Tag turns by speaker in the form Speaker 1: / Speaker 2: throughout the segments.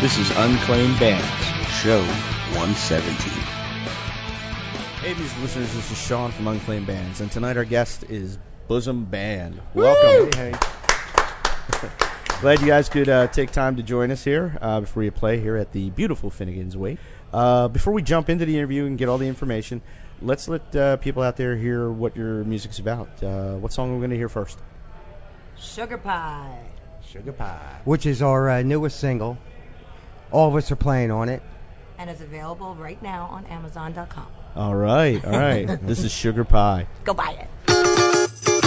Speaker 1: This is Unclaimed Bands, show 117.
Speaker 2: Hey, music listeners, this is Sean from Unclaimed Bands, and tonight our guest is Bosom Band. Welcome. Hey, hey. Glad you guys could uh, take time to join us here uh, before you play here at the beautiful Finnegan's Wake. Uh, before we jump into the interview and get all the information, let's let uh, people out there hear what your music's about. Uh, what song are we going to hear first?
Speaker 3: Sugar Pie.
Speaker 2: Sugar Pie.
Speaker 4: which is our uh, newest single. All of us are playing on it.
Speaker 3: And is available right now on Amazon.com.
Speaker 2: All right, all right. this is Sugar Pie.
Speaker 3: Go buy it.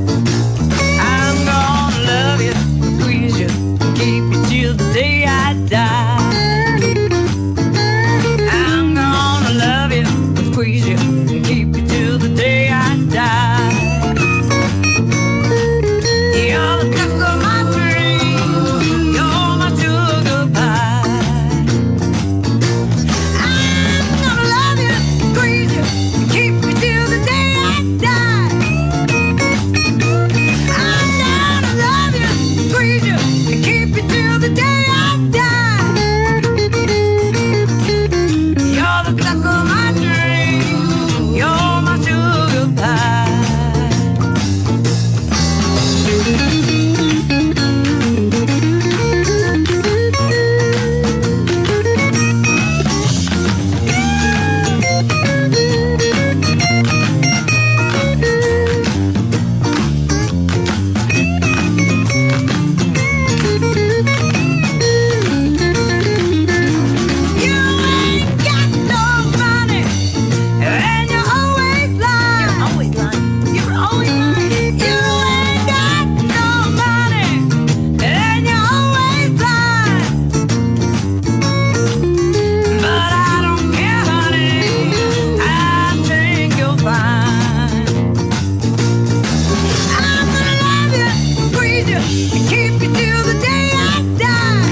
Speaker 5: I'm gonna love you, squeeze you, keep you till the day I die. I'm gonna love you, squeeze you, keep you till the day I die. You're the cook of my dreams, you're my sugar pie. I'm gonna love you, squeeze you, keep you till the day I die. I'm gonna love you, squeeze you, and keep you till the day I die. You're the clock of my dreams, you're my sugar pie. You ain't got no money, and you always lie. You're always lying. You're always lying. You ain't got no money, and you always lie. But I don't care, honey. I think you'll find I'm gonna love you, squeeze you, and keep you till the day I die.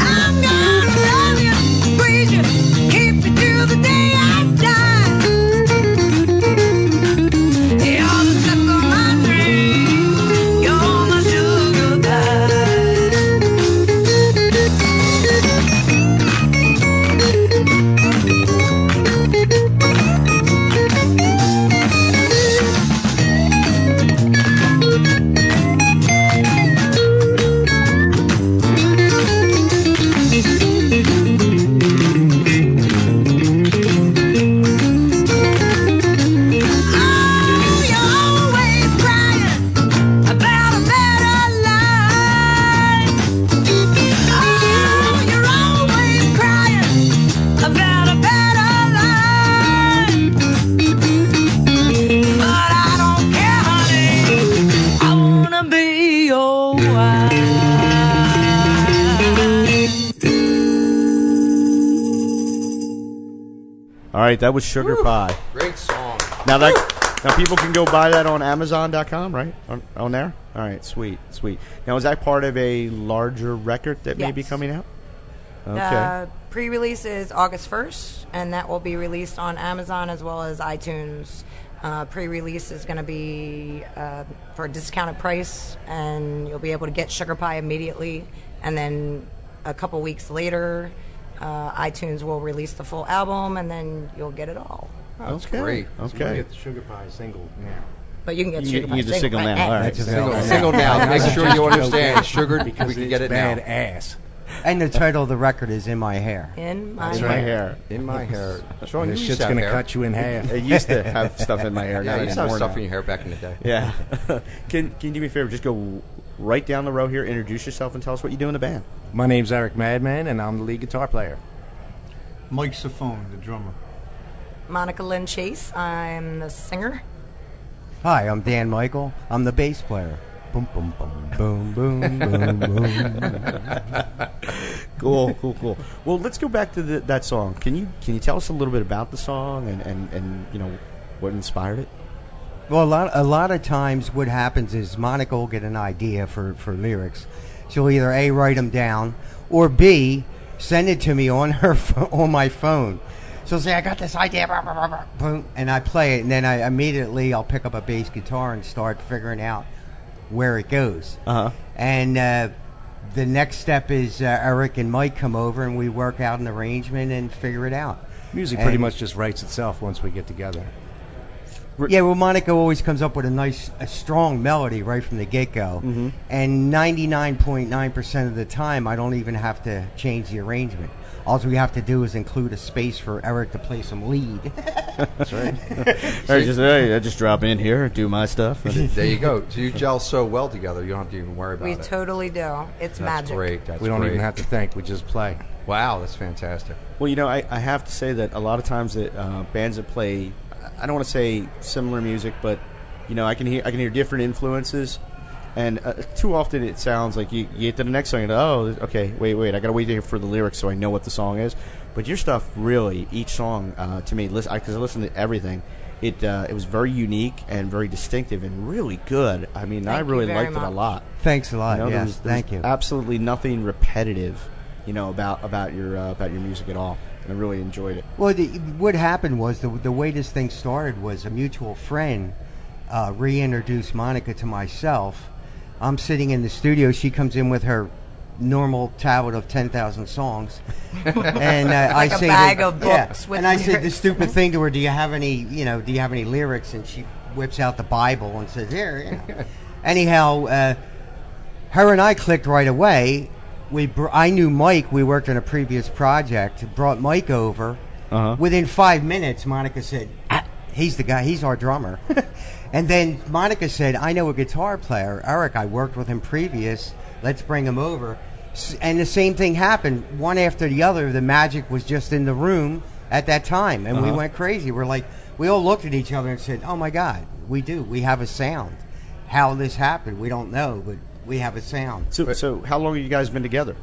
Speaker 5: I'm gonna love you, squeeze you, keep you till the day I die. You're the cup of my dreams, you're my sugar pie. Oh, you're always crying about a better life. Oh, you're always crying about a better life. But I don't care, honey. I wanna be your wife.
Speaker 2: All right, that was Sugar Pie.
Speaker 6: Great song.
Speaker 2: Now that now people can go buy that on Amazon.com, right? On, on there. All right, sweet, sweet. Now is that part of a larger record that may be
Speaker 3: Yes.
Speaker 2: coming out? Okay.
Speaker 3: Uh, pre-release is August 1st, and that will be released on Amazon as well as iTunes. Uh, pre-release is going to be uh, for a discounted price, and you'll be able to get Sugar Pie immediately. And then a couple weeks later, uh, iTunes will release the full album, and then you'll get it all.
Speaker 6: That's
Speaker 2: okay.
Speaker 6: great.
Speaker 7: So you
Speaker 2: Okay.
Speaker 7: get the sugar pie single now.
Speaker 3: But you can get
Speaker 2: You-
Speaker 3: Sugar
Speaker 2: you
Speaker 3: Pie.
Speaker 2: need to signal
Speaker 3: right
Speaker 2: now, all right.
Speaker 4: That's
Speaker 6: Single,
Speaker 4: available.
Speaker 6: single now. Make sure you understand. Sugar, we
Speaker 7: Because
Speaker 6: can
Speaker 7: it's
Speaker 6: get it now.
Speaker 7: badass.
Speaker 4: And the title of the record is In My Hair.
Speaker 3: In my
Speaker 2: In my hair.
Speaker 6: In my hair.
Speaker 7: And
Speaker 6: Sean,
Speaker 7: this
Speaker 6: you
Speaker 7: shit's
Speaker 6: used to have
Speaker 7: gonna
Speaker 6: hair.
Speaker 7: cut you in half.
Speaker 2: I used to have stuff in my hair.
Speaker 6: Yeah,
Speaker 2: not
Speaker 6: you used to have
Speaker 2: anymore
Speaker 6: stuff
Speaker 2: now.
Speaker 6: in your hair back in the day.
Speaker 2: Yeah. can can you do me a favor? Just go right down the row here, introduce yourself, and tell us what you do in the band.
Speaker 7: My name's Eric Madman, and I'm the lead guitar player.
Speaker 8: Mike Saffone, the drummer.
Speaker 3: Monica Lynn Chase. I'm the singer.
Speaker 4: Hi, I'm Dan Michael. I'm the bass player. Boom, boom, boom, boom, boom, boom, boom.
Speaker 2: Cool, cool, cool. Well, let's go back to the, that song. Can you can you tell us a little bit about the song and, and, and you know
Speaker 9: What inspired it?
Speaker 4: Well, a lot, a lot of times what happens is Monica will get an idea for, for lyrics. She'll either A, write them down, or B, send it to me on her pho- on my phone. She'll say, I got this idea, blah, blah, blah, blah, boom, and I play it, and then I immediately I'll pick up a bass guitar and start figuring out where it goes.
Speaker 2: Uh-huh.
Speaker 4: And uh, the next step is uh, Eric and Mike come over, and we work out an arrangement and figure it out.
Speaker 7: Music pretty
Speaker 4: And-
Speaker 7: much just writes itself once we get together.
Speaker 4: yeah, well, Monica always comes up with a nice, a strong melody right from the get go, and ninety nine point nine percent of the time, I don't even have to change the arrangement. All we have to do is include a space for Eric to play some lead.
Speaker 2: Or just, hey, I just drop in here, do my stuff. and-
Speaker 6: There you go. So you gel so well together, you don't have to even worry about
Speaker 3: We
Speaker 6: it.
Speaker 3: totally do. It's
Speaker 6: That's
Speaker 3: magic.
Speaker 6: great. That's
Speaker 7: we don't
Speaker 6: great.
Speaker 7: even have to think; we just play.
Speaker 6: Wow, that's fantastic.
Speaker 2: Well, you know, I, I have to say that a lot of times that uh, bands that play, I don't want to say similar music, but you know, I can hear I can hear different influences, and uh, too often it sounds like you, you get to the next song and oh, okay, wait, wait, I got to wait here for the lyrics so I know what the song is. But your stuff really, each song uh, to me, because I, 'cause I listen to everything, it uh, it was very unique and very distinctive and really good. I mean, I
Speaker 3: Thank you
Speaker 2: really
Speaker 3: very
Speaker 2: liked it a
Speaker 3: much.
Speaker 2: lot.
Speaker 4: Thanks a lot.
Speaker 2: You know,
Speaker 4: yes,
Speaker 2: there was- there was
Speaker 4: thank you.
Speaker 2: Absolutely nothing repetitive, you know, about about your uh, about your music at all. And I really enjoyed it.
Speaker 4: Well, the, what happened was the, the way this thing started was a mutual friend uh, reintroduced Monica to myself. I'm sitting in the studio. She comes in with her normal tablet of 10,000 songs. and uh, I
Speaker 3: Like a
Speaker 4: say
Speaker 3: bag
Speaker 4: to-
Speaker 3: of
Speaker 4: yeah,
Speaker 3: books with
Speaker 4: and I said the
Speaker 3: lyrics.
Speaker 4: stupid thing to her, do you have any, you know, do you have any lyrics? And she whips out the Bible and says, here, you know. Anyhow, uh, her and I clicked right away. We br- I knew Mike. We worked on a previous project. Brought Mike over.
Speaker 2: Uh-huh.
Speaker 4: Within five minutes, Monica said, ah, "He's the guy. He's our drummer." and then Monica said, "I know a guitar player, Eric. I worked with him previous. Let's bring him over." S- And the same thing happened one after the other. The magic was just in the room at that time, and we went crazy. We're like, we all looked at each other and said, "Oh my God, we do. We have a sound." How this happened, we don't know, but we have a sound.
Speaker 2: So, so how long have you guys been together?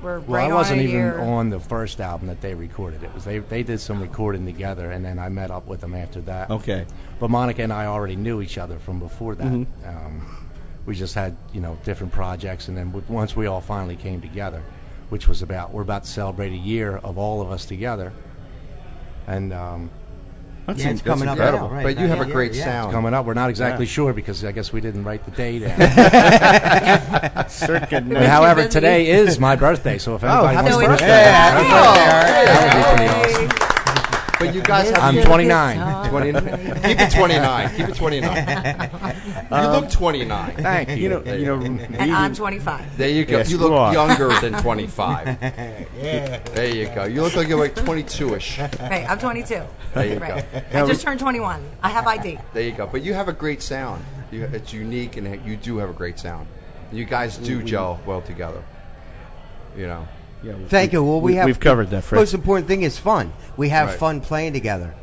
Speaker 3: We're
Speaker 7: Well,
Speaker 3: right
Speaker 7: I wasn't
Speaker 3: on a
Speaker 7: even
Speaker 3: year.
Speaker 7: on the first album that they recorded. It was they they did some recording together, and then I met up with them after that.
Speaker 2: Okay.
Speaker 7: But Monica and I already knew each other from before that. Um, we just had you know different projects, and then w- once we all finally came together, which was about we're about to celebrate a year of all of us together, and um,
Speaker 2: That's
Speaker 4: Yeah, it's coming up
Speaker 6: incredible.
Speaker 4: now, right?
Speaker 6: But you have
Speaker 4: Yeah,
Speaker 6: a
Speaker 4: yeah,
Speaker 6: great
Speaker 4: yeah.
Speaker 6: sound.
Speaker 7: coming up, we're not exactly
Speaker 2: Yeah.
Speaker 7: sure because I guess we didn't write the day down.
Speaker 2: circa
Speaker 7: But
Speaker 2: nine-
Speaker 7: however, today is my birthday, so if anybody
Speaker 6: happy
Speaker 7: wants to wish
Speaker 6: birthday.
Speaker 7: me a
Speaker 6: Yeah.
Speaker 7: happy
Speaker 6: Oh,
Speaker 7: birthday, that would be pretty awesome.
Speaker 6: But you guys have
Speaker 7: I'm 29.
Speaker 6: 20, keep it 29. Keep it 29. you look 29.
Speaker 7: Thank you.
Speaker 2: you know, you know,
Speaker 3: And
Speaker 2: we-
Speaker 3: I'm 25.
Speaker 6: There you go.
Speaker 2: Yes,
Speaker 6: you
Speaker 2: you
Speaker 6: look
Speaker 2: are.
Speaker 6: younger than 25. yeah. There you go. You look like you're like 22ish.
Speaker 3: Right, I'm 22.
Speaker 6: There you
Speaker 3: right.
Speaker 6: go.
Speaker 3: I just turned 21. I have ID.
Speaker 6: There you go. But you have a great sound. You, it's unique, and you do have a great sound. You guys do gel well together. You know.
Speaker 2: yeah, we-
Speaker 4: Thank you. Well, we, have
Speaker 2: we've covered that. Fred.
Speaker 4: Most important thing is fun. We have
Speaker 6: Right.
Speaker 4: fun playing together.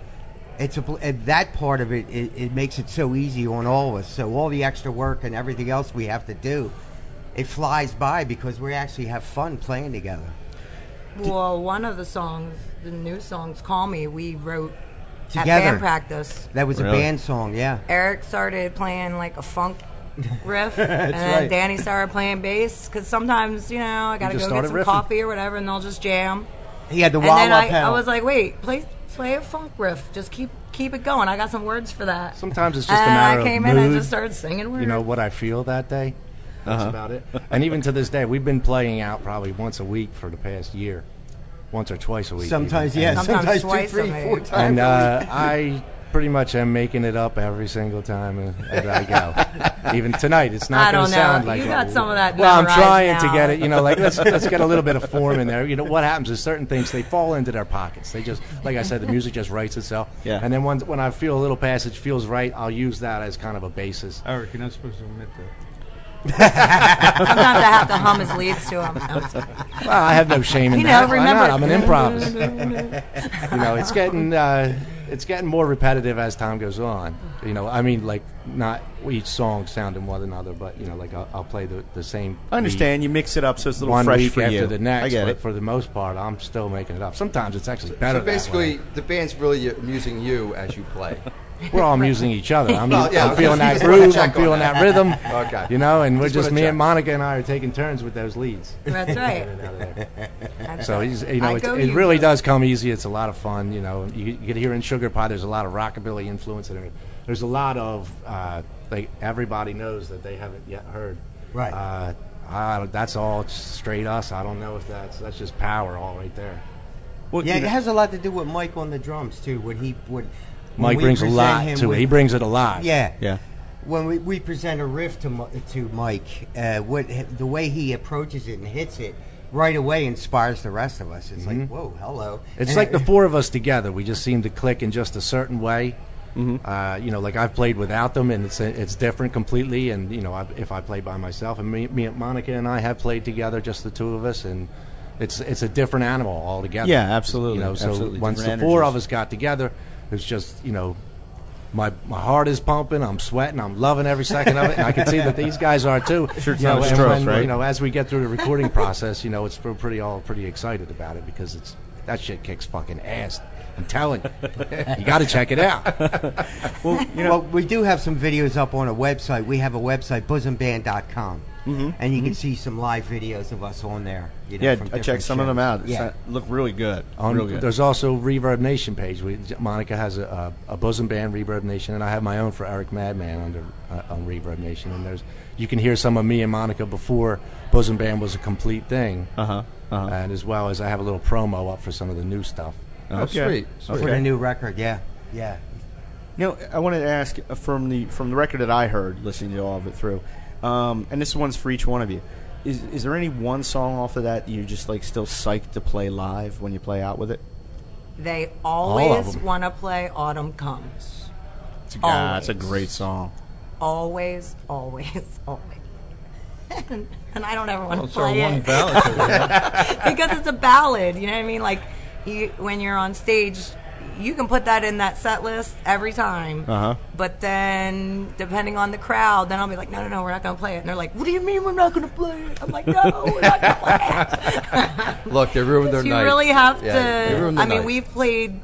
Speaker 4: It's a, bl- and that part of it, it. It makes it so easy on all of us. So all the extra work and everything else we have to do, it flies by because we actually have fun playing together.
Speaker 3: Well, one of the songs, the new songs, Call Me, we wrote at
Speaker 4: Together.
Speaker 3: band practice.
Speaker 4: That was
Speaker 2: Really?
Speaker 4: a band song, yeah.
Speaker 3: Eric started playing like a funk riff, and then
Speaker 4: right.
Speaker 3: Danny started playing bass. Because sometimes, you know, I gotta
Speaker 7: just
Speaker 3: go get
Speaker 7: started
Speaker 3: some
Speaker 7: riffing.
Speaker 3: coffee or whatever, and they'll just jam.
Speaker 4: He had the
Speaker 3: And then
Speaker 4: wah
Speaker 3: I, I
Speaker 4: pedal.
Speaker 3: was like, wait, play play a funk riff. Just keep keep it going. I got some words for that.
Speaker 7: Sometimes it's just a
Speaker 3: and
Speaker 7: matter
Speaker 3: Uh, I came
Speaker 7: of
Speaker 3: in
Speaker 7: mood.
Speaker 3: and just started singing words.
Speaker 7: you know what I feel that day. That's
Speaker 4: Uh-huh.
Speaker 7: about it. And even to this day, we've been playing out probably once a week for the past year, once or twice a week.
Speaker 4: sometimes,
Speaker 7: even.
Speaker 4: yeah,
Speaker 3: Sometimes
Speaker 4: sometimes,
Speaker 3: twice
Speaker 4: two, three,
Speaker 3: a
Speaker 4: four
Speaker 3: week.
Speaker 4: times.
Speaker 7: And uh, I pretty much am making it up every single time as I go. even tonight, it's
Speaker 3: I
Speaker 7: not going
Speaker 3: don't
Speaker 7: to
Speaker 3: know.
Speaker 7: sound like.
Speaker 3: You
Speaker 7: what
Speaker 3: got
Speaker 7: we-
Speaker 3: some of that
Speaker 7: Well, I'm
Speaker 3: memorized
Speaker 7: trying to
Speaker 3: now.
Speaker 7: get it. You know, like let's let's get a little bit of form in there. You know, what happens is certain things they fall into their pockets. They just, like I said, the music just writes itself.
Speaker 2: Yeah.
Speaker 7: And then when when I feel a little passage feels right, I'll use that as kind of a basis.
Speaker 8: Eric, you're not supposed to admit that.
Speaker 3: Sometimes I have to hum his leads to him. I'm sorry.
Speaker 7: Well, I have no shame in
Speaker 3: You
Speaker 7: that.
Speaker 3: know,
Speaker 7: Why
Speaker 3: remember-
Speaker 7: not? I'm an improv. you know, it's getting uh, it's getting more repetitive as time goes on. You know, I mean, like not each song sounding one another, but you know, like I'll, I'll play the, the same.
Speaker 2: I understand you mix it up so it's a
Speaker 7: beat
Speaker 2: little
Speaker 7: one
Speaker 2: fresh
Speaker 7: week
Speaker 2: for
Speaker 7: after
Speaker 2: you.
Speaker 7: the next,
Speaker 2: I get
Speaker 7: but
Speaker 2: it.
Speaker 7: for the most part, I'm still making it up. Sometimes it's actually better.
Speaker 6: So
Speaker 7: that
Speaker 6: basically,
Speaker 7: way.
Speaker 6: the band's really amusing you as you play.
Speaker 7: we're all amusing each other. I'm,
Speaker 6: Well, yeah,
Speaker 7: I'm
Speaker 6: okay.
Speaker 7: feeling that
Speaker 6: Just wanna
Speaker 7: groove.
Speaker 6: check
Speaker 7: I'm
Speaker 6: on
Speaker 7: feeling
Speaker 6: that.
Speaker 7: that rhythm.
Speaker 6: Okay.
Speaker 7: You know, and we're just,
Speaker 6: Just wanna
Speaker 7: me
Speaker 6: check.
Speaker 7: and Monica and I are taking turns with those leads.
Speaker 3: That's right.
Speaker 7: So he's, you
Speaker 3: I
Speaker 7: know, it's,
Speaker 3: go
Speaker 7: it
Speaker 3: you
Speaker 7: really
Speaker 3: go.
Speaker 7: does come easy. It's a lot of fun. You know, you, you get here in Sugar Pie. There's a lot of rockabilly influence in it. There's a lot of uh, like everybody knows that they haven't yet heard.
Speaker 4: Right.
Speaker 7: Uh, I don't- that's all straight us. I don't know if that's that's just power all right there.
Speaker 2: Well,
Speaker 4: Yeah,
Speaker 2: you
Speaker 4: it
Speaker 2: know-
Speaker 4: has a lot to do with Mike on the drums too. What he would.
Speaker 7: Mike brings a lot to it. He brings it a lot.
Speaker 4: Yeah.
Speaker 2: yeah.
Speaker 4: When we, we present a riff to Mi- to Mike, uh, what the way he approaches it and hits it right away inspires the rest of us. It's
Speaker 2: Mm-hmm.
Speaker 4: like, whoa, hello.
Speaker 7: It's
Speaker 4: And
Speaker 7: like
Speaker 4: it-
Speaker 7: the four of us together. We just seem to click in just a certain way.
Speaker 2: Mm-hmm.
Speaker 7: Uh, you know, like I've played without them, and it's it's different completely. And you know, I, if I play by myself, and me, me, and Monica and I have played together, just the two of us, and it's it's a different animal altogether.
Speaker 2: Yeah, absolutely,
Speaker 7: You know, so
Speaker 2: absolutely,
Speaker 7: once the
Speaker 2: different
Speaker 7: four of
Speaker 2: energies.
Speaker 7: us got together, it's just you know. My, my heart is pumping. I'm sweating. I'm loving every second of it. And I can see that these guys are too.
Speaker 2: Sure, it's
Speaker 7: You
Speaker 2: not
Speaker 7: know,
Speaker 2: a
Speaker 7: and
Speaker 2: stroke,
Speaker 7: when-
Speaker 2: right?
Speaker 7: You know, as we get through the recording process, you know, it's we're pretty all pretty excited about it because it's that shit kicks fucking ass. I'm telling you, you got to check it out.
Speaker 4: well, we do have some videos up on a website. We have a website, bosomband.com, mm-hmm. and you can see some live videos of us on there. You know,
Speaker 2: Yeah, I
Speaker 4: from different
Speaker 2: checked some of
Speaker 4: shows.
Speaker 2: them out. It's
Speaker 4: Yeah.
Speaker 2: not- look really good.
Speaker 7: On-
Speaker 2: Real good.
Speaker 7: there's also Reverb Nation page. We, Monica has a, a, a bosom band, Reverb Nation, and I have my own for Eric Madman under uh, on Reverb Nation. And there's you can hear some of me and Monica before bosom band was a complete thing,
Speaker 2: uh-huh. Uh-huh.
Speaker 7: and as well as I have a little promo up for some of the new stuff.
Speaker 6: Oh,
Speaker 2: Okay.
Speaker 6: sweet.
Speaker 4: for
Speaker 6: sweet.
Speaker 4: the new record. Yeah, yeah.
Speaker 2: You know, I wanted to ask uh, from the from the record that I heard, listening to all of it through, um, and this one's for each one of you. Is is there any one song off of that you're just like still psyched to play live when you play out with it?
Speaker 3: They
Speaker 7: of
Speaker 3: always
Speaker 7: them.
Speaker 3: want to play Autumn Comes.
Speaker 2: It's a,
Speaker 3: ah, it's a Always.
Speaker 2: great song.
Speaker 3: Always, always, always. and I don't ever want to
Speaker 8: Well, it's our
Speaker 3: play
Speaker 8: one
Speaker 3: it.
Speaker 8: ballot. that we have.
Speaker 3: because it's a ballad. You know what I mean? Like you, when you're on stage, you can put that in that set list every time.
Speaker 2: Uh-huh.
Speaker 3: But then, depending on the crowd, then I'll be like, no, no, no, we're not going to play it. And they're like, what do you mean we're not going to play it? I'm like, no, we're not going to play it.
Speaker 6: Look, they ruined their
Speaker 3: you
Speaker 6: night.
Speaker 3: really have
Speaker 6: Yeah, they
Speaker 3: to.
Speaker 6: ruined their
Speaker 3: I mean,
Speaker 6: night.
Speaker 3: we've played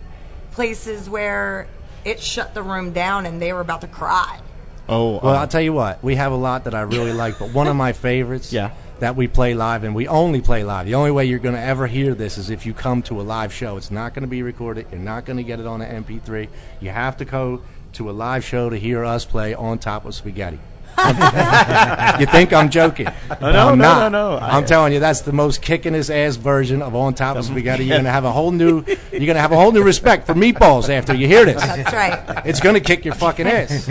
Speaker 3: places where it shut the room down and they were about to cry.
Speaker 2: Oh,
Speaker 7: Well,
Speaker 2: uh,
Speaker 7: I'll tell you what, we have a lot that I really like, but one of my favorites
Speaker 2: Yeah.
Speaker 7: that we play live, and we only play live. The only way you're going to ever hear this is if you come to a live show. It's not going to be recorded, you're not going to get it on an MP3. You have to go to a live show to hear us play on top of spaghetti. you think I'm joking? but
Speaker 2: no,
Speaker 7: I'm
Speaker 2: no,
Speaker 7: not.
Speaker 2: no, no.
Speaker 7: I'm
Speaker 2: I-
Speaker 7: telling you, that's the most kicking his ass version of on top of spaghetti. You're gonna have a whole new, you're gonna have a whole new respect for meatballs after you hear this.
Speaker 3: That's right.
Speaker 7: It's gonna kick your fucking ass.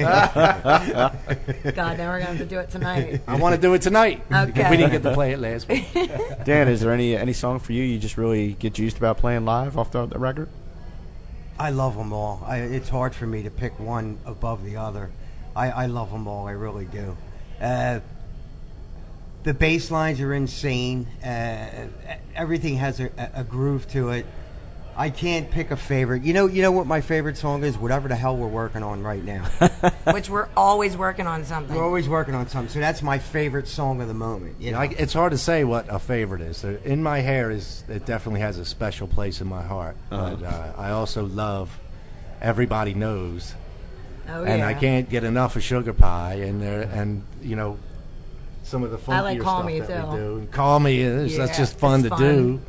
Speaker 3: God, now we're going to have to do it tonight.
Speaker 7: I want to do it tonight.
Speaker 3: Okay.
Speaker 7: We didn't get to play it last week.
Speaker 2: Dan, is there any any song for you you just really get juiced about playing live off the, the record?
Speaker 4: I love them all. I, it's hard for me to pick one above the other. I, I love them all. I really do. Uh, the bass lines are insane. Uh, everything has a, a groove to it. I can't pick a favorite. You know, you know what my favorite song is. Whatever the hell we're working on right now.
Speaker 3: Which we're always working on something.
Speaker 4: we're always working on something, so that's my favorite song of the moment. You
Speaker 7: You
Speaker 4: know?
Speaker 7: know, I, it's hard to say what a favorite is. There- In my hair is it definitely has a special place in my heart. But uh, I also love everybody knows,
Speaker 3: oh,
Speaker 7: and
Speaker 3: yeah.
Speaker 7: I can't get enough of sugar pie. And there, and you know, some of the funkier
Speaker 3: I like Call
Speaker 7: stuff
Speaker 3: Me,
Speaker 7: that we
Speaker 3: too.
Speaker 7: do. And Call me, is
Speaker 3: Yeah,
Speaker 7: that's just fun to
Speaker 3: it's
Speaker 7: do.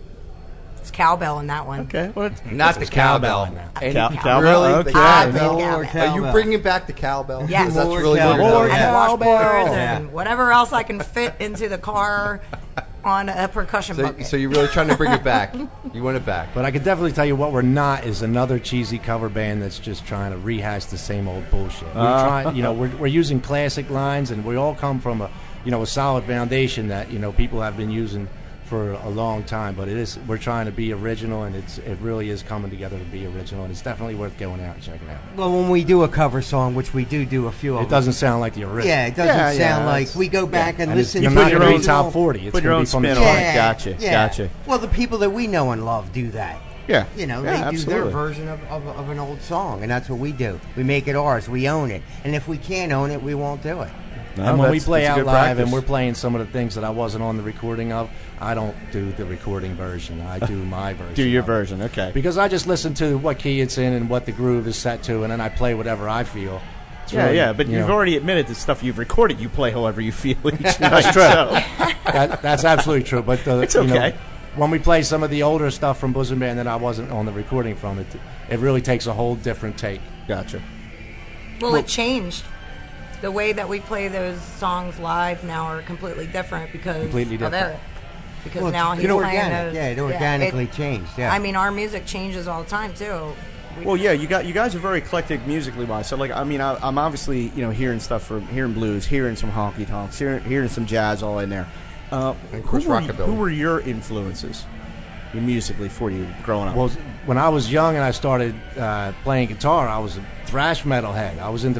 Speaker 3: It's cowbell in that one.
Speaker 2: Okay, well, it's
Speaker 6: Not the cowbell.
Speaker 7: in there.
Speaker 6: Any
Speaker 2: Cow- cowbell?
Speaker 6: Really?
Speaker 2: Okay.
Speaker 6: The cowbell?
Speaker 3: More
Speaker 6: Are you
Speaker 4: cowbell.
Speaker 6: bringing back the cowbell?
Speaker 3: Yes.
Speaker 6: Because that's
Speaker 4: More
Speaker 6: really what
Speaker 4: cowbell.
Speaker 6: you're
Speaker 4: More
Speaker 6: doing.
Speaker 3: and
Speaker 7: Yeah.
Speaker 3: washboards and
Speaker 4: Yeah.
Speaker 3: whatever else I can fit into the car on a percussion
Speaker 6: So,
Speaker 3: bucket.
Speaker 6: so you're really trying to bring it back. You want it back.
Speaker 7: But I can definitely tell you what we're not is another cheesy cover band that's just trying to rehash the same old bullshit. We're
Speaker 2: Uh.
Speaker 7: trying, you know, we're, we're using classic lines, and we all come from a, you know, a solid foundation that you know people have been using for a long time. But it is we're trying to be original, and it's it really is coming together to be original, and it's definitely worth going out and checking out.
Speaker 4: Well, when we do a cover song, which we do do a few of
Speaker 7: It
Speaker 4: them.
Speaker 7: doesn't sound like the original.
Speaker 4: Yeah, it doesn't
Speaker 2: Yeah, yeah,
Speaker 4: sound like
Speaker 2: that's-
Speaker 4: we go back and,
Speaker 7: And it's-
Speaker 4: listen
Speaker 7: you're
Speaker 4: to
Speaker 7: not
Speaker 4: the
Speaker 7: going to be
Speaker 4: original-
Speaker 7: top forty. It's
Speaker 2: put your
Speaker 7: gonna
Speaker 2: own
Speaker 7: be from the
Speaker 2: spin on
Speaker 7: top.
Speaker 2: it. Gotcha, gotcha.
Speaker 4: Well, the people that we know and love do that.
Speaker 2: Yeah.
Speaker 4: You know,
Speaker 2: Yeah,
Speaker 4: they do
Speaker 2: absolutely.
Speaker 4: their version of, of, of an old song, and that's what we do. We make it ours. We own it. And if we can't own it, we won't do it.
Speaker 2: No,
Speaker 7: and when we
Speaker 2: that's-
Speaker 7: play
Speaker 2: that's a
Speaker 7: out
Speaker 2: good
Speaker 7: live
Speaker 2: practice.
Speaker 7: and we're playing some of the things that I wasn't on the recording of, I don't do the recording version. I do my version.
Speaker 2: do your
Speaker 7: of it.
Speaker 2: version, okay?
Speaker 7: Because I just listen to what key it's in and what the groove is set to, and then I play whatever I feel. It's
Speaker 2: yeah,
Speaker 7: really,
Speaker 2: yeah, but
Speaker 7: you
Speaker 2: you've
Speaker 7: know,
Speaker 2: already admitted the stuff you've recorded. You play however you feel each night. That's true.
Speaker 7: that, that's absolutely true. But the,
Speaker 2: It's
Speaker 7: you know,
Speaker 2: okay.
Speaker 7: when we play some of the older stuff from Bosom Band that I wasn't on the recording from, it it really takes a whole different take.
Speaker 2: Gotcha.
Speaker 3: Well, it changed. The way that we play those songs live now are completely different because
Speaker 7: Completely
Speaker 3: of
Speaker 7: different.
Speaker 3: Eric. Because
Speaker 4: Well,
Speaker 3: now
Speaker 4: it's
Speaker 3: he's playing
Speaker 4: organic.
Speaker 3: those.
Speaker 4: Yeah, it
Speaker 3: it-
Speaker 4: organically changed, yeah.
Speaker 3: I mean, our music changes all the time too. We-
Speaker 2: Well, yeah, you got you guys are very eclectic musically wise. So, like, I mean, I, I'm obviously you know hearing stuff from hearing blues, hearing some honky tonks, hearing, hearing some jazz, all in there. Uh,
Speaker 6: And of course,
Speaker 2: who were,
Speaker 6: rockabilly.
Speaker 2: Who were your influences musically for you growing up?
Speaker 7: Well, when I was young and I started uh, playing guitar, I was a thrash metalhead. I was into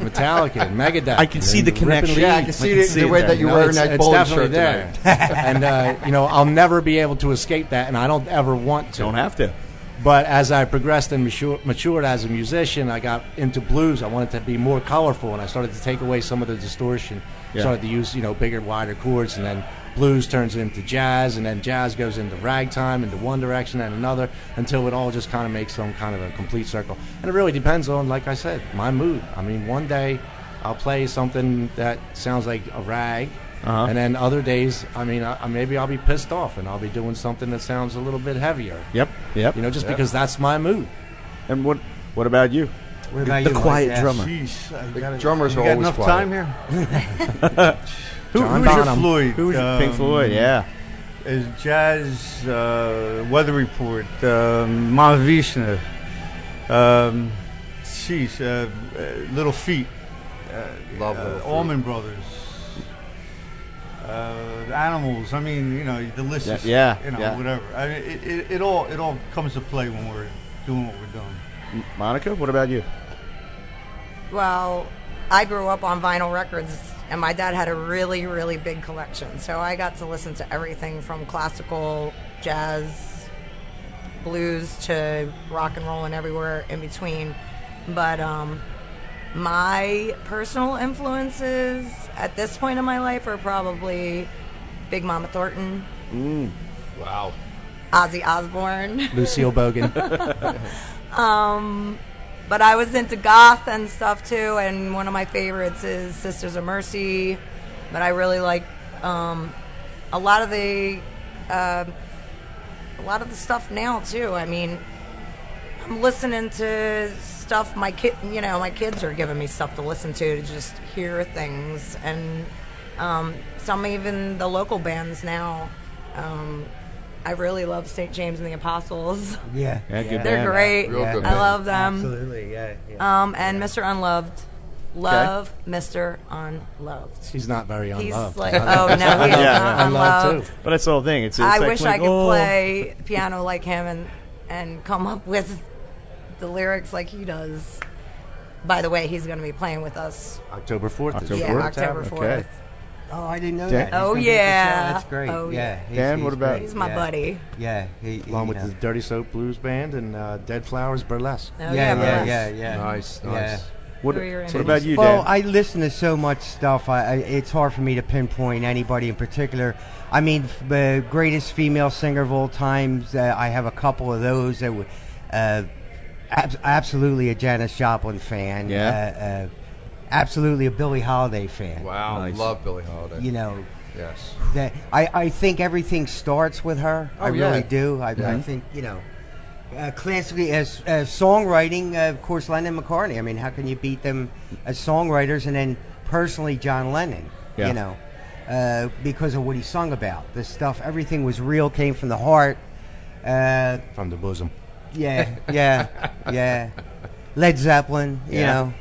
Speaker 7: Metallica and Megadeth.
Speaker 2: I can see the
Speaker 7: and Rip and
Speaker 2: connection.
Speaker 7: Lead.
Speaker 6: Yeah, I can see it the
Speaker 2: it
Speaker 6: way
Speaker 2: there,
Speaker 6: that
Speaker 2: you
Speaker 6: you're
Speaker 7: No,
Speaker 6: wearing
Speaker 7: it's,
Speaker 6: that
Speaker 7: it's
Speaker 6: bowling
Speaker 7: definitely
Speaker 6: shirt
Speaker 7: there.
Speaker 6: tonight.
Speaker 7: and uh, you know, I'll never be able to escape that, and I don't ever want to.
Speaker 2: Don't have to.
Speaker 7: But as I progressed and mature, matured as a musician, I got into blues. I wanted to be more colorful, and I started to take away some of the distortion.
Speaker 2: Yeah.
Speaker 7: Started to use you know bigger, wider chords, and then blues turns into jazz, and then jazz goes into ragtime, into one direction and another, until it all just kind of makes some kind of a complete circle. And it really depends on, like I said, my mood. I mean, one day I'll play something that sounds like a rag.
Speaker 2: Uh-huh.
Speaker 7: And then other days, I mean, I, I- maybe I'll be pissed off and I'll be doing something that sounds a little bit heavier.
Speaker 2: Yep, yep.
Speaker 7: You know, just because that's my mood.
Speaker 2: and what what about you?
Speaker 4: What about
Speaker 2: the
Speaker 4: you, Mike?
Speaker 2: quiet
Speaker 4: Yeah.
Speaker 2: drummer.
Speaker 8: Jeez, I
Speaker 6: The
Speaker 8: gotta-
Speaker 6: drummers
Speaker 8: you
Speaker 6: are
Speaker 8: got
Speaker 6: always
Speaker 8: enough
Speaker 6: quiet.
Speaker 8: time here. who,
Speaker 7: John
Speaker 8: who was your
Speaker 7: Bonham.
Speaker 8: Floyd?
Speaker 2: Who was your Pink
Speaker 8: Um,
Speaker 2: Floyd? Yeah,
Speaker 8: is jazz uh, weather report um, Mahavishnu um, sheesh uh, uh, Little Feet
Speaker 6: Love
Speaker 8: uh,
Speaker 6: Little Feat.
Speaker 8: Allman Brothers uh, Animals I mean you know the list
Speaker 2: Yeah,
Speaker 8: is
Speaker 2: yeah,
Speaker 8: you know
Speaker 2: yeah.
Speaker 8: whatever I mean it, it, it all it all comes to play when we're doing what we're doing
Speaker 2: Monica. What about you?
Speaker 3: Well, I grew up on vinyl records, and my dad had a really, really big collection. So I got to listen to everything from classical, jazz, blues to rock and roll and everywhere in between. But um, my personal influences at this point in my life are probably Big Mama Thornton,
Speaker 6: Wow.
Speaker 3: Ozzy Osbourne.
Speaker 7: Lucille Bogan.
Speaker 3: But I was into goth and stuff too, and one of my favorites is Sisters of Mercy. But I really like um, a lot of the uh, a lot of the stuff now too. I mean, I'm listening to stuff my kid, you know, my kids are giving me stuff to listen to to just hear things, and um, some even the local bands now. Um, I really love St. James and the Apostles.
Speaker 4: Yeah.
Speaker 2: Yeah, good
Speaker 3: They're
Speaker 2: band.
Speaker 3: great.
Speaker 6: Real good
Speaker 3: I
Speaker 6: band.
Speaker 3: love them.
Speaker 4: Absolutely, yeah. yeah.
Speaker 3: Um, and Mr. Unloved. Love Mr. Unloved.
Speaker 7: He's not very
Speaker 3: He's
Speaker 7: unloved.
Speaker 3: like, oh no, he's not
Speaker 7: Unloved,
Speaker 3: unloved.
Speaker 7: too.
Speaker 2: But that's the whole thing. It's, it's
Speaker 3: I
Speaker 2: like
Speaker 3: wish I
Speaker 2: like,
Speaker 3: could
Speaker 2: oh.
Speaker 3: play piano like him and and come up with the lyrics like he does. By the way, he's going to be playing with us.
Speaker 7: October 4th. is-
Speaker 2: October
Speaker 3: yeah,
Speaker 2: 4th?
Speaker 3: October fourth.
Speaker 2: Okay.
Speaker 4: oh, I didn't know
Speaker 2: Dan-
Speaker 4: that. He's
Speaker 3: Oh,
Speaker 4: gonna be at the show.
Speaker 3: yeah.
Speaker 4: That's great.
Speaker 3: Oh, yeah.
Speaker 4: yeah. He's-
Speaker 2: Dan,
Speaker 4: he's
Speaker 2: what about-
Speaker 4: great.
Speaker 3: He's my
Speaker 4: Yeah.
Speaker 3: buddy.
Speaker 4: Yeah. He, he-
Speaker 7: Along
Speaker 4: you
Speaker 7: with
Speaker 4: know.
Speaker 7: the Dirty Soap Blues Band and uh, Dead Flowers Burlesque.
Speaker 3: Oh,
Speaker 4: yeah,
Speaker 3: but
Speaker 4: yeah,
Speaker 3: that's-
Speaker 4: yeah, yeah.
Speaker 6: Nice,
Speaker 4: Yeah.
Speaker 6: nice.
Speaker 2: What,
Speaker 3: Who are your
Speaker 2: what
Speaker 3: enemies?
Speaker 2: about you, Dan?
Speaker 4: Well, I listen to so much stuff. I, I, it's hard for me to pinpoint anybody in particular. I mean, f- the greatest female singer of all times. Uh, I have a couple of those that were uh, abs- absolutely a Janis Joplin fan.
Speaker 2: Yeah.
Speaker 4: Uh, uh, absolutely a Billie Holiday fan.
Speaker 6: Wow.
Speaker 2: Nice.
Speaker 6: Love Billie Holiday.
Speaker 4: You know.
Speaker 6: Yes.
Speaker 4: That I, I think everything starts with her. I
Speaker 6: Oh, yeah.
Speaker 4: really do. I, I
Speaker 6: Yeah.
Speaker 4: think you know, uh, classically as, as songwriting, uh, of course, Lennon McCartney. I mean, how can you beat them as songwriters? And then personally, John Lennon.
Speaker 2: Yeah.
Speaker 4: You know, uh, because of what he sung about this stuff. Everything was real, came from the heart. Uh,
Speaker 7: From the bosom.
Speaker 4: yeah, yeah, yeah. Led Zeppelin. You
Speaker 2: Yeah.
Speaker 4: know,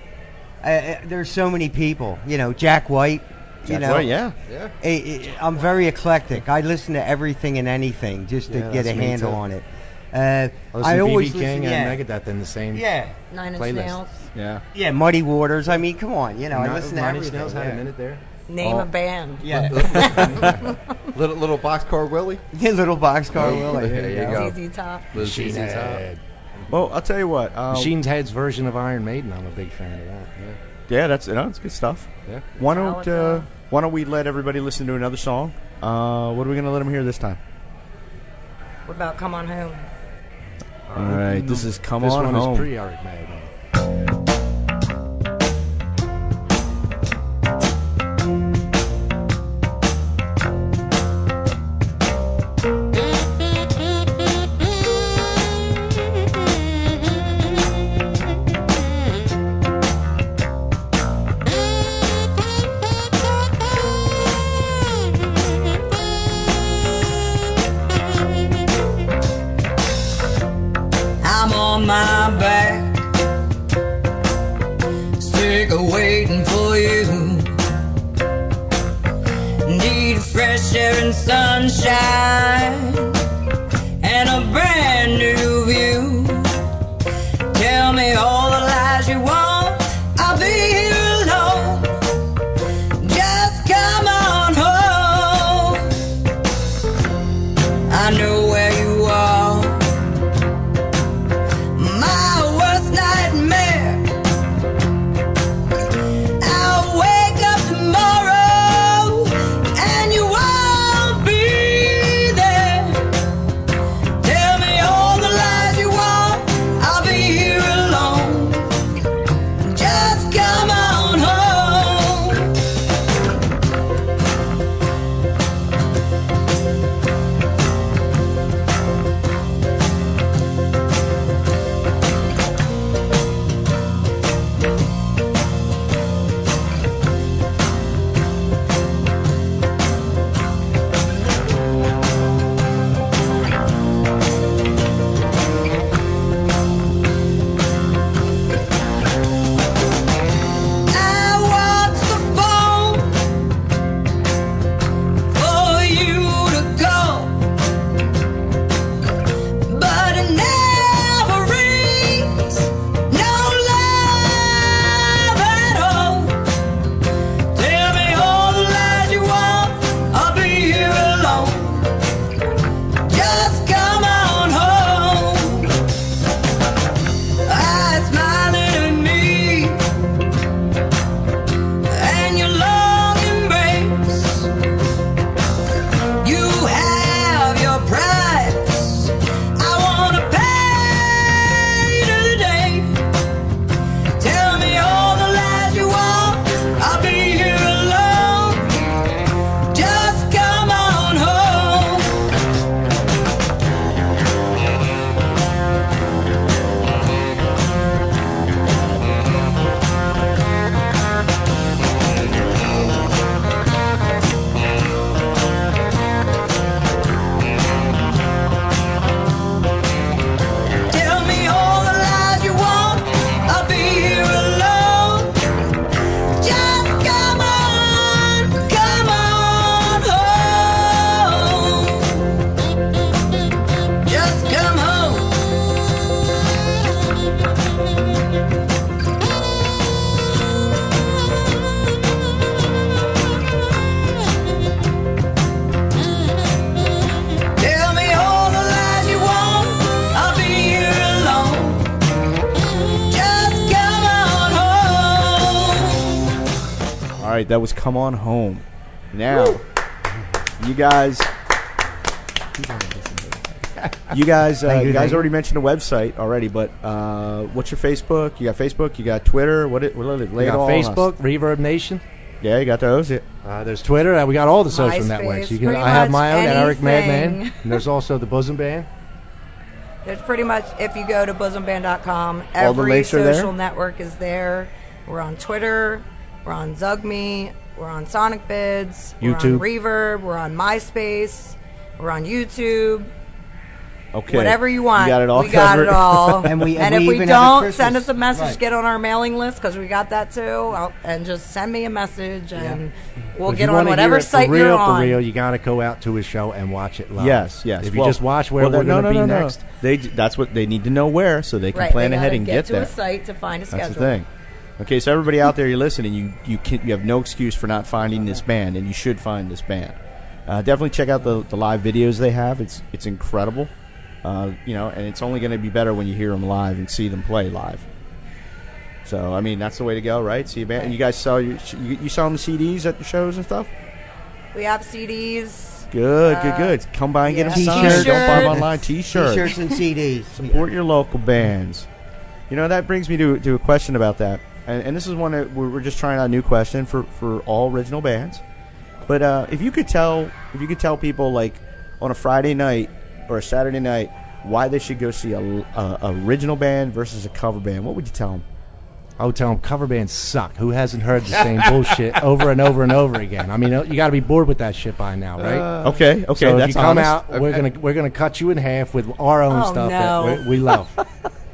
Speaker 4: uh, uh, there's so many people. You know, Jack White. you
Speaker 2: That's
Speaker 4: know.
Speaker 2: right, yeah.
Speaker 6: Yeah.
Speaker 4: I- I- eh, I'm very eclectic. I listen to everything and anything just to
Speaker 7: Yeah,
Speaker 4: get a
Speaker 7: that's me
Speaker 4: handle
Speaker 7: too.
Speaker 4: on it. Uh,
Speaker 7: I listen to BB King
Speaker 4: yeah,
Speaker 7: and Megadeth in the same
Speaker 4: yeah,
Speaker 3: Nine Inch
Speaker 7: Playlist.
Speaker 3: Nails.
Speaker 2: Yeah.
Speaker 4: yeah, Muddy Waters. I mean, come on, you know, I
Speaker 7: Not-
Speaker 4: listen to
Speaker 7: Nine Inch
Speaker 4: everything.
Speaker 7: Nails had
Speaker 4: yeah.
Speaker 7: a minute there.
Speaker 3: Name
Speaker 6: Oh.
Speaker 3: a band.
Speaker 4: Yeah,
Speaker 6: Little little boxcar Willie.
Speaker 4: yeah, little boxcar Willie.
Speaker 6: There you go.
Speaker 3: ZZ Top.
Speaker 6: Little
Speaker 7: Machine
Speaker 6: ZZ Top.
Speaker 7: Head.
Speaker 2: Well, I'll tell you what. Um,
Speaker 7: uh, Oh. Machine Head's version of Iron Maiden. I'm a big fan of that.
Speaker 2: Yeah, that's you know, that's good stuff.
Speaker 7: Yeah.
Speaker 2: Why don't
Speaker 3: Solid, though.
Speaker 2: uh, Why don't we let everybody listen to another song? Uh, what are we gonna let them hear this time?
Speaker 3: What about Come On Home?
Speaker 2: All right, this is come
Speaker 7: This
Speaker 2: on
Speaker 7: one
Speaker 2: home.
Speaker 7: is pre Iron Maiden.
Speaker 5: I'm on my back, sick of waiting for you. Need fresh air and sunshine and a brand new view. Tell me all the lies you want, I'll be here alone. Just come on home. I know where you are my worst nightmare. I'll wake up tomorrow and you won't be there. Tell me all the lies you want, I'll be here alone. Just come on home. I watch the phone for you to go, but it never rings. No love at all. Tell me all the lies you want. I'll be here alone. Just come on home. I smiling at me and your long embrace. You have your price. I wanna pay you today. Tell me all the lies you want. I'll be here alone. Just come on home. Tell me all the lies you want. I'll be here alone. Just come on, come on home. Just come home. Tell me all the lies you want. I'll be here alone. Just come on home.
Speaker 2: All right, that was come on home. Now, you guys, you guys, uh,
Speaker 4: Thank
Speaker 2: you,
Speaker 4: you,
Speaker 2: guys
Speaker 4: thank you.
Speaker 2: already mentioned a website already, but uh, what's your Facebook? You got Facebook? You got Twitter? What? It, what it, lay
Speaker 7: We
Speaker 2: it
Speaker 7: got
Speaker 2: all on us.
Speaker 7: Facebook, Reverb Nation.
Speaker 2: Yeah, you got those. Yeah.
Speaker 7: Uh, there's Twitter. Uh, we got all the social
Speaker 3: MySpace,
Speaker 7: networks. You
Speaker 3: pretty
Speaker 7: I have my own,
Speaker 3: much
Speaker 7: Eric Madman.
Speaker 3: anything.
Speaker 7: And there's also the Bosom Band.
Speaker 3: There's pretty much, if you go to bosomband.com,
Speaker 2: All the
Speaker 3: every
Speaker 2: links are there?
Speaker 3: social network is there. We're on Twitter, we're on Zugme, we're on Sonic Bids, we're
Speaker 7: YouTube.
Speaker 3: on Reverb, we're on MySpace, we're on YouTube.
Speaker 2: Okay.
Speaker 3: Whatever you want.
Speaker 2: got it all
Speaker 3: we got
Speaker 2: covered.
Speaker 3: it all.
Speaker 4: And we- and
Speaker 3: if
Speaker 4: we
Speaker 3: we
Speaker 4: even have a
Speaker 3: don't,
Speaker 4: Christmas-
Speaker 3: send us a message.
Speaker 4: Right.
Speaker 3: Get on our mailing list because we got that too. I'll- and just send me a message and we'll
Speaker 7: If
Speaker 3: get
Speaker 7: you
Speaker 3: on
Speaker 7: wanna hear
Speaker 3: whatever
Speaker 7: it
Speaker 3: site
Speaker 7: for real,
Speaker 3: you're
Speaker 7: For
Speaker 3: on.
Speaker 7: real, you got to go out to his show and watch it live.
Speaker 2: Yes, yes.
Speaker 7: If you
Speaker 2: Well-
Speaker 7: just watch where
Speaker 2: well,
Speaker 7: we're
Speaker 2: no,
Speaker 7: going to
Speaker 2: no,
Speaker 7: be
Speaker 2: no, no.
Speaker 7: next,
Speaker 2: They j- that's what they need to know where, so they can
Speaker 3: right,
Speaker 2: plan
Speaker 3: they
Speaker 2: ahead
Speaker 3: gotta
Speaker 2: and
Speaker 3: get, to
Speaker 2: there.
Speaker 3: a site to find a schedule.
Speaker 2: That's the thing. Okay, so everybody out there, you're listening. You you can you have no excuse for not finding this band, and you should find this band. Uh, definitely check out the, the live videos they have. It's it's incredible, uh, you know, and it's only going to be better when you hear them live and see them play live. So I mean, that's the way to go, right? See a band. You guys sell your you, you sell them CDs at the shows and stuff.
Speaker 3: We have CDs.
Speaker 2: Good, good, good. Come by and get them
Speaker 3: Uh, yeah.
Speaker 2: signed. Don't buy 'em
Speaker 3: T-shirts.
Speaker 2: online.
Speaker 4: T-shirts and CDs.
Speaker 2: support your local bands. You know that brings me to, to a question about that, and, and this is one that we're, we're just trying out a new question for, for all original bands. But uh, if you could tell if you could tell people like on a Friday night or a Saturday night why they should go see a, a, a original band versus a cover band, what would you tell them?
Speaker 7: I would Oh, tell him cover bands suck. Who hasn't heard the same bullshit over and over and over again? I mean, you got to be bored with that shit by now, right?
Speaker 2: okay, Uh, okay,
Speaker 7: so if
Speaker 2: that's
Speaker 7: you come
Speaker 2: honest.
Speaker 7: out, we're gonna we're gonna cut you in half with our own
Speaker 3: Oh,
Speaker 7: stuff
Speaker 3: no.
Speaker 7: that we, we love.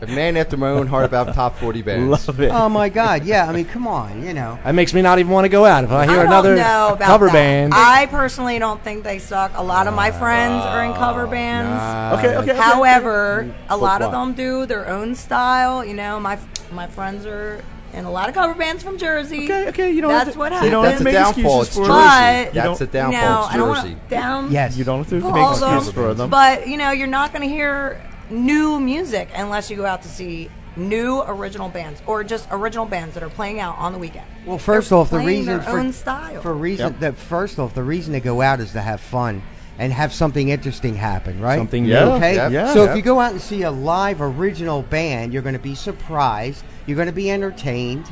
Speaker 6: A man after my own heart about top 40 bands.
Speaker 2: Love it.
Speaker 4: oh my God! Yeah, I mean, come on, you know.
Speaker 7: That makes me not even want to go out if I hear
Speaker 3: I don't
Speaker 7: another
Speaker 3: know about
Speaker 7: cover
Speaker 3: that.
Speaker 7: band.
Speaker 3: I personally don't think they suck. A lot of my friends are in cover bands.
Speaker 2: okay,
Speaker 6: Uh,
Speaker 2: okay.
Speaker 3: However, a lot of
Speaker 2: why?
Speaker 3: them do their own style. You know, my my friends are in a lot of cover bands from Jersey.
Speaker 2: okay, okay. You don't
Speaker 3: That's
Speaker 2: have to,
Speaker 3: what
Speaker 2: You don't have
Speaker 6: That's
Speaker 2: to
Speaker 6: a
Speaker 3: happened.
Speaker 2: make
Speaker 6: downfall. It's
Speaker 2: excuses
Speaker 6: Jersey.
Speaker 2: for them. You
Speaker 3: But
Speaker 6: That's a
Speaker 2: don't-
Speaker 3: No,
Speaker 6: downfall.
Speaker 3: I don't
Speaker 6: It's
Speaker 3: want
Speaker 6: Jersey.
Speaker 3: to down.
Speaker 4: Yes,
Speaker 2: You don't have to
Speaker 3: Pull
Speaker 2: make
Speaker 3: all
Speaker 2: excuses
Speaker 3: those-
Speaker 2: for them.
Speaker 3: But you know, you're not going to hear new music unless you go out to see new original bands or just original bands that are playing out on the weekend.
Speaker 4: Well, 1st
Speaker 3: They're
Speaker 4: off, the
Speaker 3: playing
Speaker 4: reason
Speaker 3: their
Speaker 4: for
Speaker 3: own style.
Speaker 4: for reason
Speaker 2: Yep.
Speaker 4: that first off, the reason to go out is to have fun and have something interesting happen, right?
Speaker 7: Something
Speaker 2: Yeah.
Speaker 7: new.
Speaker 4: Okay.
Speaker 6: Yep,
Speaker 2: yep,
Speaker 4: so
Speaker 2: yep.
Speaker 4: if you go out and see a live original band, you're going to be surprised. You're going to be entertained.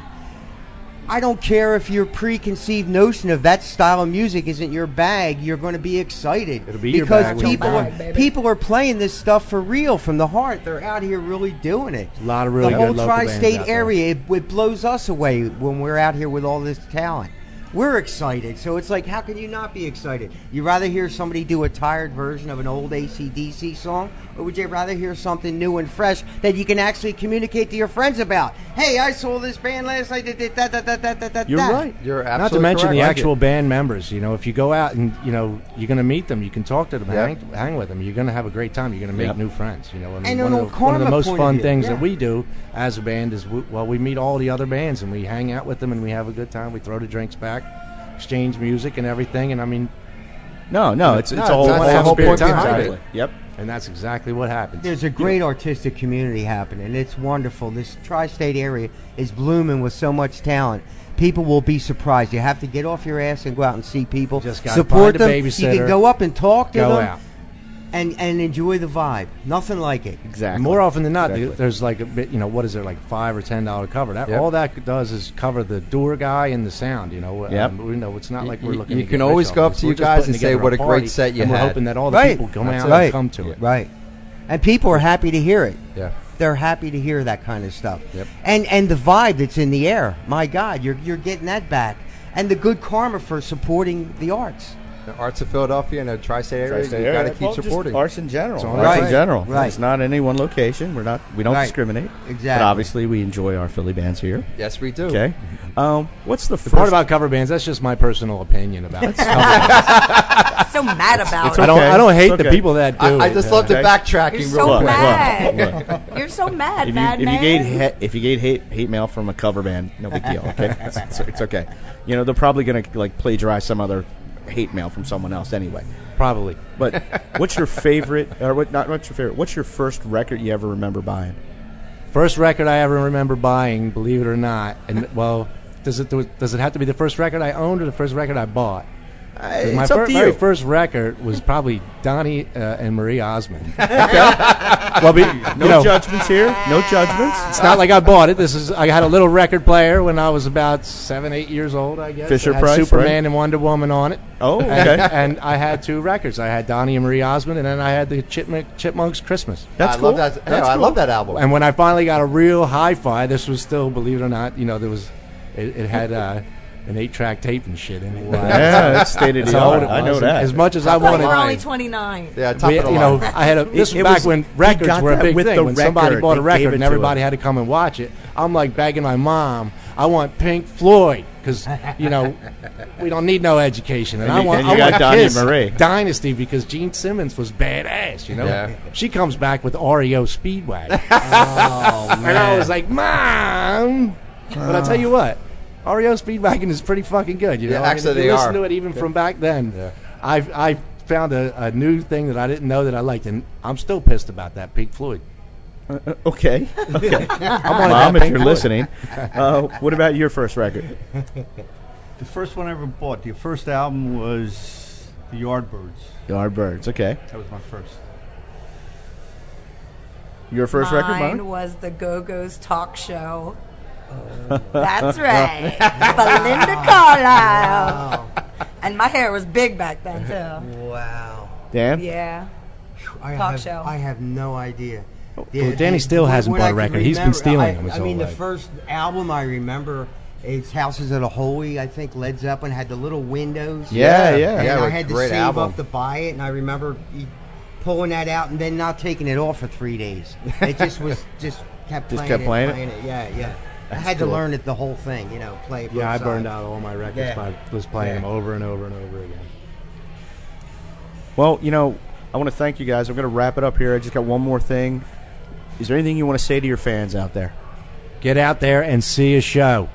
Speaker 4: I don't care if your preconceived notion of that style of music isn't your bag. You're going to be excited
Speaker 7: It'll be your
Speaker 4: because
Speaker 7: bag when you
Speaker 4: people
Speaker 7: go
Speaker 4: are,
Speaker 7: out.
Speaker 4: people are playing this stuff for real from the heart. They're out here really doing it.
Speaker 7: A lot of really
Speaker 4: the
Speaker 7: good
Speaker 4: whole
Speaker 7: local bands
Speaker 4: tri-state
Speaker 7: out there.
Speaker 4: area. It, it blows us away when we're out here with all this talent. We're excited, so it's like, how can you not be excited? You rather hear somebody do a tired version of an old ACDC song, or would you rather hear something new and fresh that you can actually communicate to your friends about? Hey, I saw this band last night. That that that that that that. that
Speaker 7: You're
Speaker 4: that."
Speaker 7: right.
Speaker 6: You're
Speaker 7: Not to
Speaker 6: absolutely
Speaker 7: mention
Speaker 6: correct.
Speaker 7: the
Speaker 6: Like
Speaker 7: actual
Speaker 6: it.
Speaker 7: band members. You know, if you go out and you know you're going to meet them, you can talk to them,
Speaker 6: Yep.
Speaker 7: hang, hang with them. You're going to have a great time. You're going to make
Speaker 2: Yep.
Speaker 7: new friends. You know, I mean,
Speaker 4: And
Speaker 7: one,
Speaker 4: on
Speaker 7: of
Speaker 4: a
Speaker 7: the, one of the
Speaker 4: karma
Speaker 7: most
Speaker 4: point of
Speaker 7: fun
Speaker 4: view,
Speaker 7: things
Speaker 4: yeah.
Speaker 7: that we do as a band is we, well, we meet all the other bands and we hang out with them and we have a good time. We throw the drinks back, exchange music and everything. And I mean,
Speaker 2: no, no, it's
Speaker 7: No,
Speaker 2: it's all
Speaker 7: that's
Speaker 2: one
Speaker 7: the whole
Speaker 2: experience.
Speaker 7: point behind
Speaker 2: Exactly.
Speaker 7: it.
Speaker 2: Yep.
Speaker 7: and that's exactly what happens.
Speaker 4: There's a great artistic community happening. It's wonderful. This tri-state area is blooming with so much talent. People will be surprised. You have to get off your ass and go out and see people.
Speaker 7: Just gotta
Speaker 4: support
Speaker 7: find
Speaker 4: them.
Speaker 7: a
Speaker 4: You
Speaker 7: babysitter.
Speaker 4: can go up and talk to
Speaker 7: go
Speaker 4: them
Speaker 7: out.
Speaker 4: and and enjoy the vibe. Nothing like it.
Speaker 2: Exactly.
Speaker 7: More often than not,
Speaker 2: Exactly.
Speaker 7: th- there's like a bit, you know, what is there like five or ten dollar cover? That
Speaker 6: Yep.
Speaker 7: all that does is cover the door guy and the sound. You know,
Speaker 2: Yep.
Speaker 7: um, we know it's not like we're
Speaker 6: You-
Speaker 7: looking.
Speaker 6: you
Speaker 7: to
Speaker 6: can
Speaker 7: get rich
Speaker 6: always
Speaker 7: off
Speaker 6: go up
Speaker 7: this.
Speaker 6: to
Speaker 7: We're
Speaker 6: you
Speaker 7: just
Speaker 6: guys
Speaker 7: putting
Speaker 6: and say
Speaker 7: together
Speaker 6: what a great
Speaker 7: party,
Speaker 6: set you
Speaker 7: and We're
Speaker 6: had.
Speaker 7: hoping that all the
Speaker 4: Right.
Speaker 7: people come
Speaker 4: That's
Speaker 7: out
Speaker 4: right.
Speaker 7: and come to it.
Speaker 4: Right. And people are happy to hear it.
Speaker 6: Yeah.
Speaker 4: They're happy to hear that kind of stuff.
Speaker 6: Yep.
Speaker 4: And and the vibe that's in the air. My God, you're you're getting that back. And the good karma for supporting the arts.
Speaker 6: The Arts of Philadelphia and the tri-state area.
Speaker 2: Tri-state
Speaker 6: you got to
Speaker 2: area.
Speaker 6: keep
Speaker 2: Well, just
Speaker 6: supporting.
Speaker 2: arts in general.
Speaker 7: It's all
Speaker 2: Arts in
Speaker 4: right.
Speaker 2: general.
Speaker 4: Right.
Speaker 2: It's not any one location. We're not. We don't
Speaker 4: Right.
Speaker 2: discriminate. But
Speaker 4: Exactly.
Speaker 2: obviously, we enjoy our Philly bands here.
Speaker 6: Yes, we do.
Speaker 2: Okay. Um, what's the,
Speaker 7: The
Speaker 2: first
Speaker 7: part about cover bands, that's just my personal opinion about it.
Speaker 3: I'm so mad about
Speaker 7: I
Speaker 3: it.
Speaker 7: don't,
Speaker 2: okay.
Speaker 7: I don't hate
Speaker 2: It's
Speaker 7: the
Speaker 2: okay.
Speaker 7: people that do.
Speaker 6: I, I
Speaker 7: it,
Speaker 6: just
Speaker 7: uh,
Speaker 6: love the
Speaker 2: Okay.
Speaker 6: backtracking
Speaker 3: You're
Speaker 6: real
Speaker 3: so
Speaker 2: Look,
Speaker 6: quick.
Speaker 3: mad.
Speaker 2: look, look.
Speaker 3: You're so mad,
Speaker 2: if you,
Speaker 3: mad
Speaker 2: if you
Speaker 3: man.
Speaker 2: get hate, if you get hate hate mail from a cover band, no big deal. Okay, it's, it's- it's okay. You know they're probably gonna like plagiarize some other hate mail from someone else anyway.
Speaker 7: probably.
Speaker 2: But what's your favorite? Or what? Not what's your favorite? What's your first record you ever remember buying?
Speaker 7: First record I ever remember buying, believe it or not, and well, does it does it have to be the first record I owned or the first record I bought?
Speaker 2: it's
Speaker 7: my
Speaker 2: up
Speaker 7: fir-
Speaker 2: to you.
Speaker 7: very first record was probably Donnie uh, and Marie Osmond. well, be,
Speaker 2: No
Speaker 7: you know,
Speaker 2: judgments here. No judgments.
Speaker 7: it's not like I bought it. This is I had a little record player when I was about seven, eight years old. I guess
Speaker 2: Fisher
Speaker 7: It had
Speaker 2: Price,
Speaker 7: Superman
Speaker 2: right?
Speaker 7: and Wonder Woman on it.
Speaker 2: Oh,
Speaker 7: And-
Speaker 2: okay.
Speaker 7: and I had two records. I had Donnie and Marie Osmond, and then I had the Chipmunk, Chipmunks Christmas.
Speaker 2: That's
Speaker 6: I
Speaker 2: cool.
Speaker 6: love that. yeah,
Speaker 2: That's
Speaker 6: I
Speaker 2: cool.
Speaker 6: love that album.
Speaker 7: And when I finally got a real hi-fi, this was still, believe it or not, you know, there was, it, it had uh, an eight-track tape and shit in it.
Speaker 2: Yeah, that's state of
Speaker 7: That's
Speaker 2: the
Speaker 7: how old
Speaker 2: art.
Speaker 7: it
Speaker 2: I know
Speaker 7: was.
Speaker 2: that.
Speaker 7: As much as I
Speaker 3: Like
Speaker 7: wanted,
Speaker 3: we're only 29.
Speaker 6: Yeah, top
Speaker 7: we,
Speaker 6: of the
Speaker 7: you know,
Speaker 6: line.
Speaker 7: I had a. This
Speaker 2: It-
Speaker 7: was
Speaker 2: it
Speaker 7: back
Speaker 2: was-
Speaker 7: when
Speaker 2: he
Speaker 7: records
Speaker 2: got
Speaker 7: were a
Speaker 2: that
Speaker 7: big
Speaker 2: with
Speaker 7: thing.
Speaker 2: the
Speaker 7: when somebody
Speaker 2: record.
Speaker 7: bought
Speaker 2: They
Speaker 7: a
Speaker 2: gave
Speaker 7: record
Speaker 2: it
Speaker 7: and
Speaker 2: to
Speaker 7: everybody
Speaker 2: him.
Speaker 7: had to come and watch it, I'm like begging my mom, I want Pink Floyd because you know we don't need no education, and,
Speaker 2: And
Speaker 7: I
Speaker 2: you-
Speaker 7: want
Speaker 2: and you
Speaker 7: I
Speaker 2: got
Speaker 7: want
Speaker 2: Donnie
Speaker 7: Kiss
Speaker 2: Marie.
Speaker 7: Dynasty because Gene Simmons was badass. You know,
Speaker 6: Yeah.
Speaker 7: she comes back with REO Speedwagon,
Speaker 6: Oh,
Speaker 7: and I was like, mom. But I tell you what, REO Speedwagon is pretty fucking good. You know,
Speaker 6: Yeah,
Speaker 7: I mean,
Speaker 6: actually
Speaker 7: if you
Speaker 6: they
Speaker 7: listen
Speaker 6: are.
Speaker 7: to it even from back then. I've I found a, a new thing that I didn't know that I liked, and I'm still pissed about that Pink Floyd.
Speaker 2: Okay.
Speaker 7: I wanted
Speaker 2: Mom,
Speaker 7: that
Speaker 2: if
Speaker 7: Pink
Speaker 2: you're
Speaker 7: Floyd.
Speaker 2: listening, uh, what about your first record?
Speaker 8: The first one I ever bought, the first album was The Yardbirds.
Speaker 2: Yardbirds. Okay.
Speaker 8: That was my first.
Speaker 2: Your first record,
Speaker 3: Mine
Speaker 2: Mom?
Speaker 3: was the Go Go's talk show. That's right, Belinda Carlisle. And my hair was big back then too.
Speaker 4: Wow.
Speaker 2: Dan?
Speaker 3: Yeah.
Speaker 4: I
Speaker 3: Talk
Speaker 4: have,
Speaker 3: show.
Speaker 4: I have no idea.
Speaker 7: well, Danny still hasn't
Speaker 4: what
Speaker 7: bought
Speaker 4: I
Speaker 7: a
Speaker 4: can
Speaker 7: record. He's been
Speaker 4: remember-
Speaker 7: stealing
Speaker 4: I,
Speaker 7: them his
Speaker 4: I
Speaker 7: whole
Speaker 4: mean, the
Speaker 7: life.
Speaker 4: first album I remember, it's Houses of the Holy. I think Led Zeppelin had the little windows.
Speaker 2: Yeah, Yeah. yeah.
Speaker 4: And
Speaker 6: Yeah,
Speaker 4: I
Speaker 6: what
Speaker 4: had to
Speaker 6: great
Speaker 4: save
Speaker 6: album.
Speaker 4: up to buy it, and I remember e- pulling that out and then not taking it off for three days. It just was just kept
Speaker 2: Just
Speaker 4: playing
Speaker 2: kept
Speaker 4: it,
Speaker 2: playing it?
Speaker 4: Yeah, yeah. I had to
Speaker 2: cool.
Speaker 4: learn it the whole thing, you know, play. both
Speaker 7: Yeah, I
Speaker 4: sides.
Speaker 7: burned out all my records
Speaker 4: Yeah.
Speaker 7: by just playing
Speaker 4: Yeah.
Speaker 7: them over and over and over again.
Speaker 2: Well, you know, I want to thank you guys. I'm going to wrap it up here. I just got one more thing. Is there anything you want to say to your fans out there?
Speaker 7: Get out there and see a show.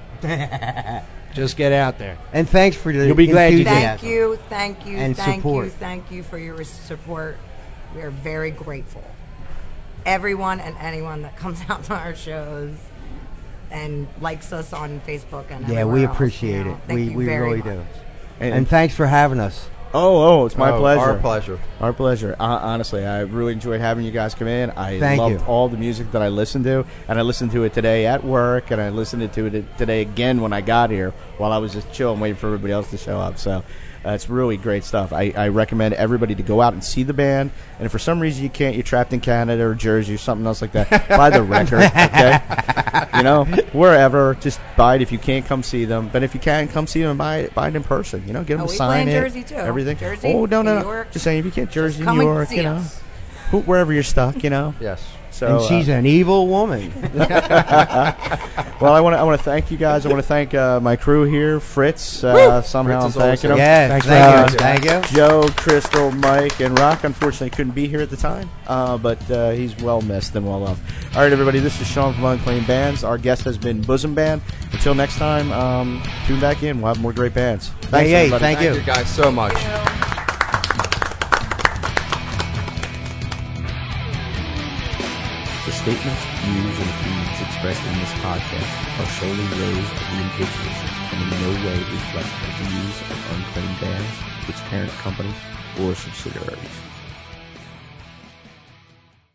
Speaker 7: just get out there.
Speaker 4: And thanks for the
Speaker 7: You'll be glad you did.
Speaker 4: enthusiasm.
Speaker 3: Thank you, thank you,
Speaker 4: And
Speaker 3: thank
Speaker 4: support.
Speaker 3: you, thank you for your support. We are very grateful. Everyone and anyone that comes out to our shows and likes us on Facebook and
Speaker 4: Yeah,
Speaker 3: everywhere
Speaker 4: we
Speaker 3: else, you
Speaker 4: appreciate
Speaker 3: know.
Speaker 4: it.
Speaker 3: Thank
Speaker 4: we
Speaker 3: you
Speaker 4: we
Speaker 3: very
Speaker 4: really
Speaker 3: much.
Speaker 4: do.
Speaker 2: And,
Speaker 4: And thanks for having us.
Speaker 2: oh, oh, it's my
Speaker 6: Oh,
Speaker 2: pleasure.
Speaker 6: Our pleasure.
Speaker 2: Our pleasure. Uh, honestly, I really enjoyed having you guys come in. I
Speaker 4: Thank
Speaker 2: loved
Speaker 4: you.
Speaker 2: all the music that I listened to, and I listened to it today at work, and I listened to it today again when I got here while I was just chilling, waiting for everybody else to show up. So uh, it's really great stuff. I, I recommend everybody to go out and see the band. And if for some reason you can't, you're trapped in Canada or Jersey or something else like that, buy the record, okay? You know, wherever, just buy it if you can't come see them. But if you can, come see them and buy it, buy it in person. You know, get them
Speaker 3: Oh,
Speaker 2: to
Speaker 3: we play
Speaker 2: sign
Speaker 3: in
Speaker 2: it.
Speaker 3: Jersey, too.
Speaker 2: Everything.
Speaker 3: Jersey,
Speaker 2: oh no, no,
Speaker 3: New
Speaker 2: no.
Speaker 3: York.
Speaker 2: Just saying, if you can't Jersey,
Speaker 3: Come
Speaker 2: New
Speaker 3: and
Speaker 2: York,
Speaker 3: see
Speaker 2: you know
Speaker 3: us.
Speaker 2: who, wherever you're stuck, you know.
Speaker 6: Yes.
Speaker 2: So,
Speaker 4: and she's
Speaker 2: uh,
Speaker 4: an evil woman.
Speaker 2: well, I want to I want to thank you guys. I want to thank uh, my crew here, Fritz. Uh, somehow
Speaker 6: Fritz is
Speaker 2: I'm thanking
Speaker 6: awesome.
Speaker 2: him.
Speaker 4: yeah,
Speaker 7: Thanks for
Speaker 4: thank you.
Speaker 6: having
Speaker 4: Thank you.
Speaker 2: Joe, Crystal, Mike, and Rock. Unfortunately, couldn't be here at the time, uh, but uh, he's well missed and well loved. All right, everybody. This is Sean from Unclean Bands. Our guest has been Bosom Band. Until next time, um, tune back in. We'll have more great bands. Thanks,
Speaker 4: Hey, hey,
Speaker 2: everybody.
Speaker 4: thank
Speaker 6: Thank
Speaker 4: you.
Speaker 6: you guys so much.
Speaker 1: The statements, views, and opinions expressed in this podcast are solely those of the individuals and in no way reflect the views of unclaimed bands, its parent company, or subsidiaries.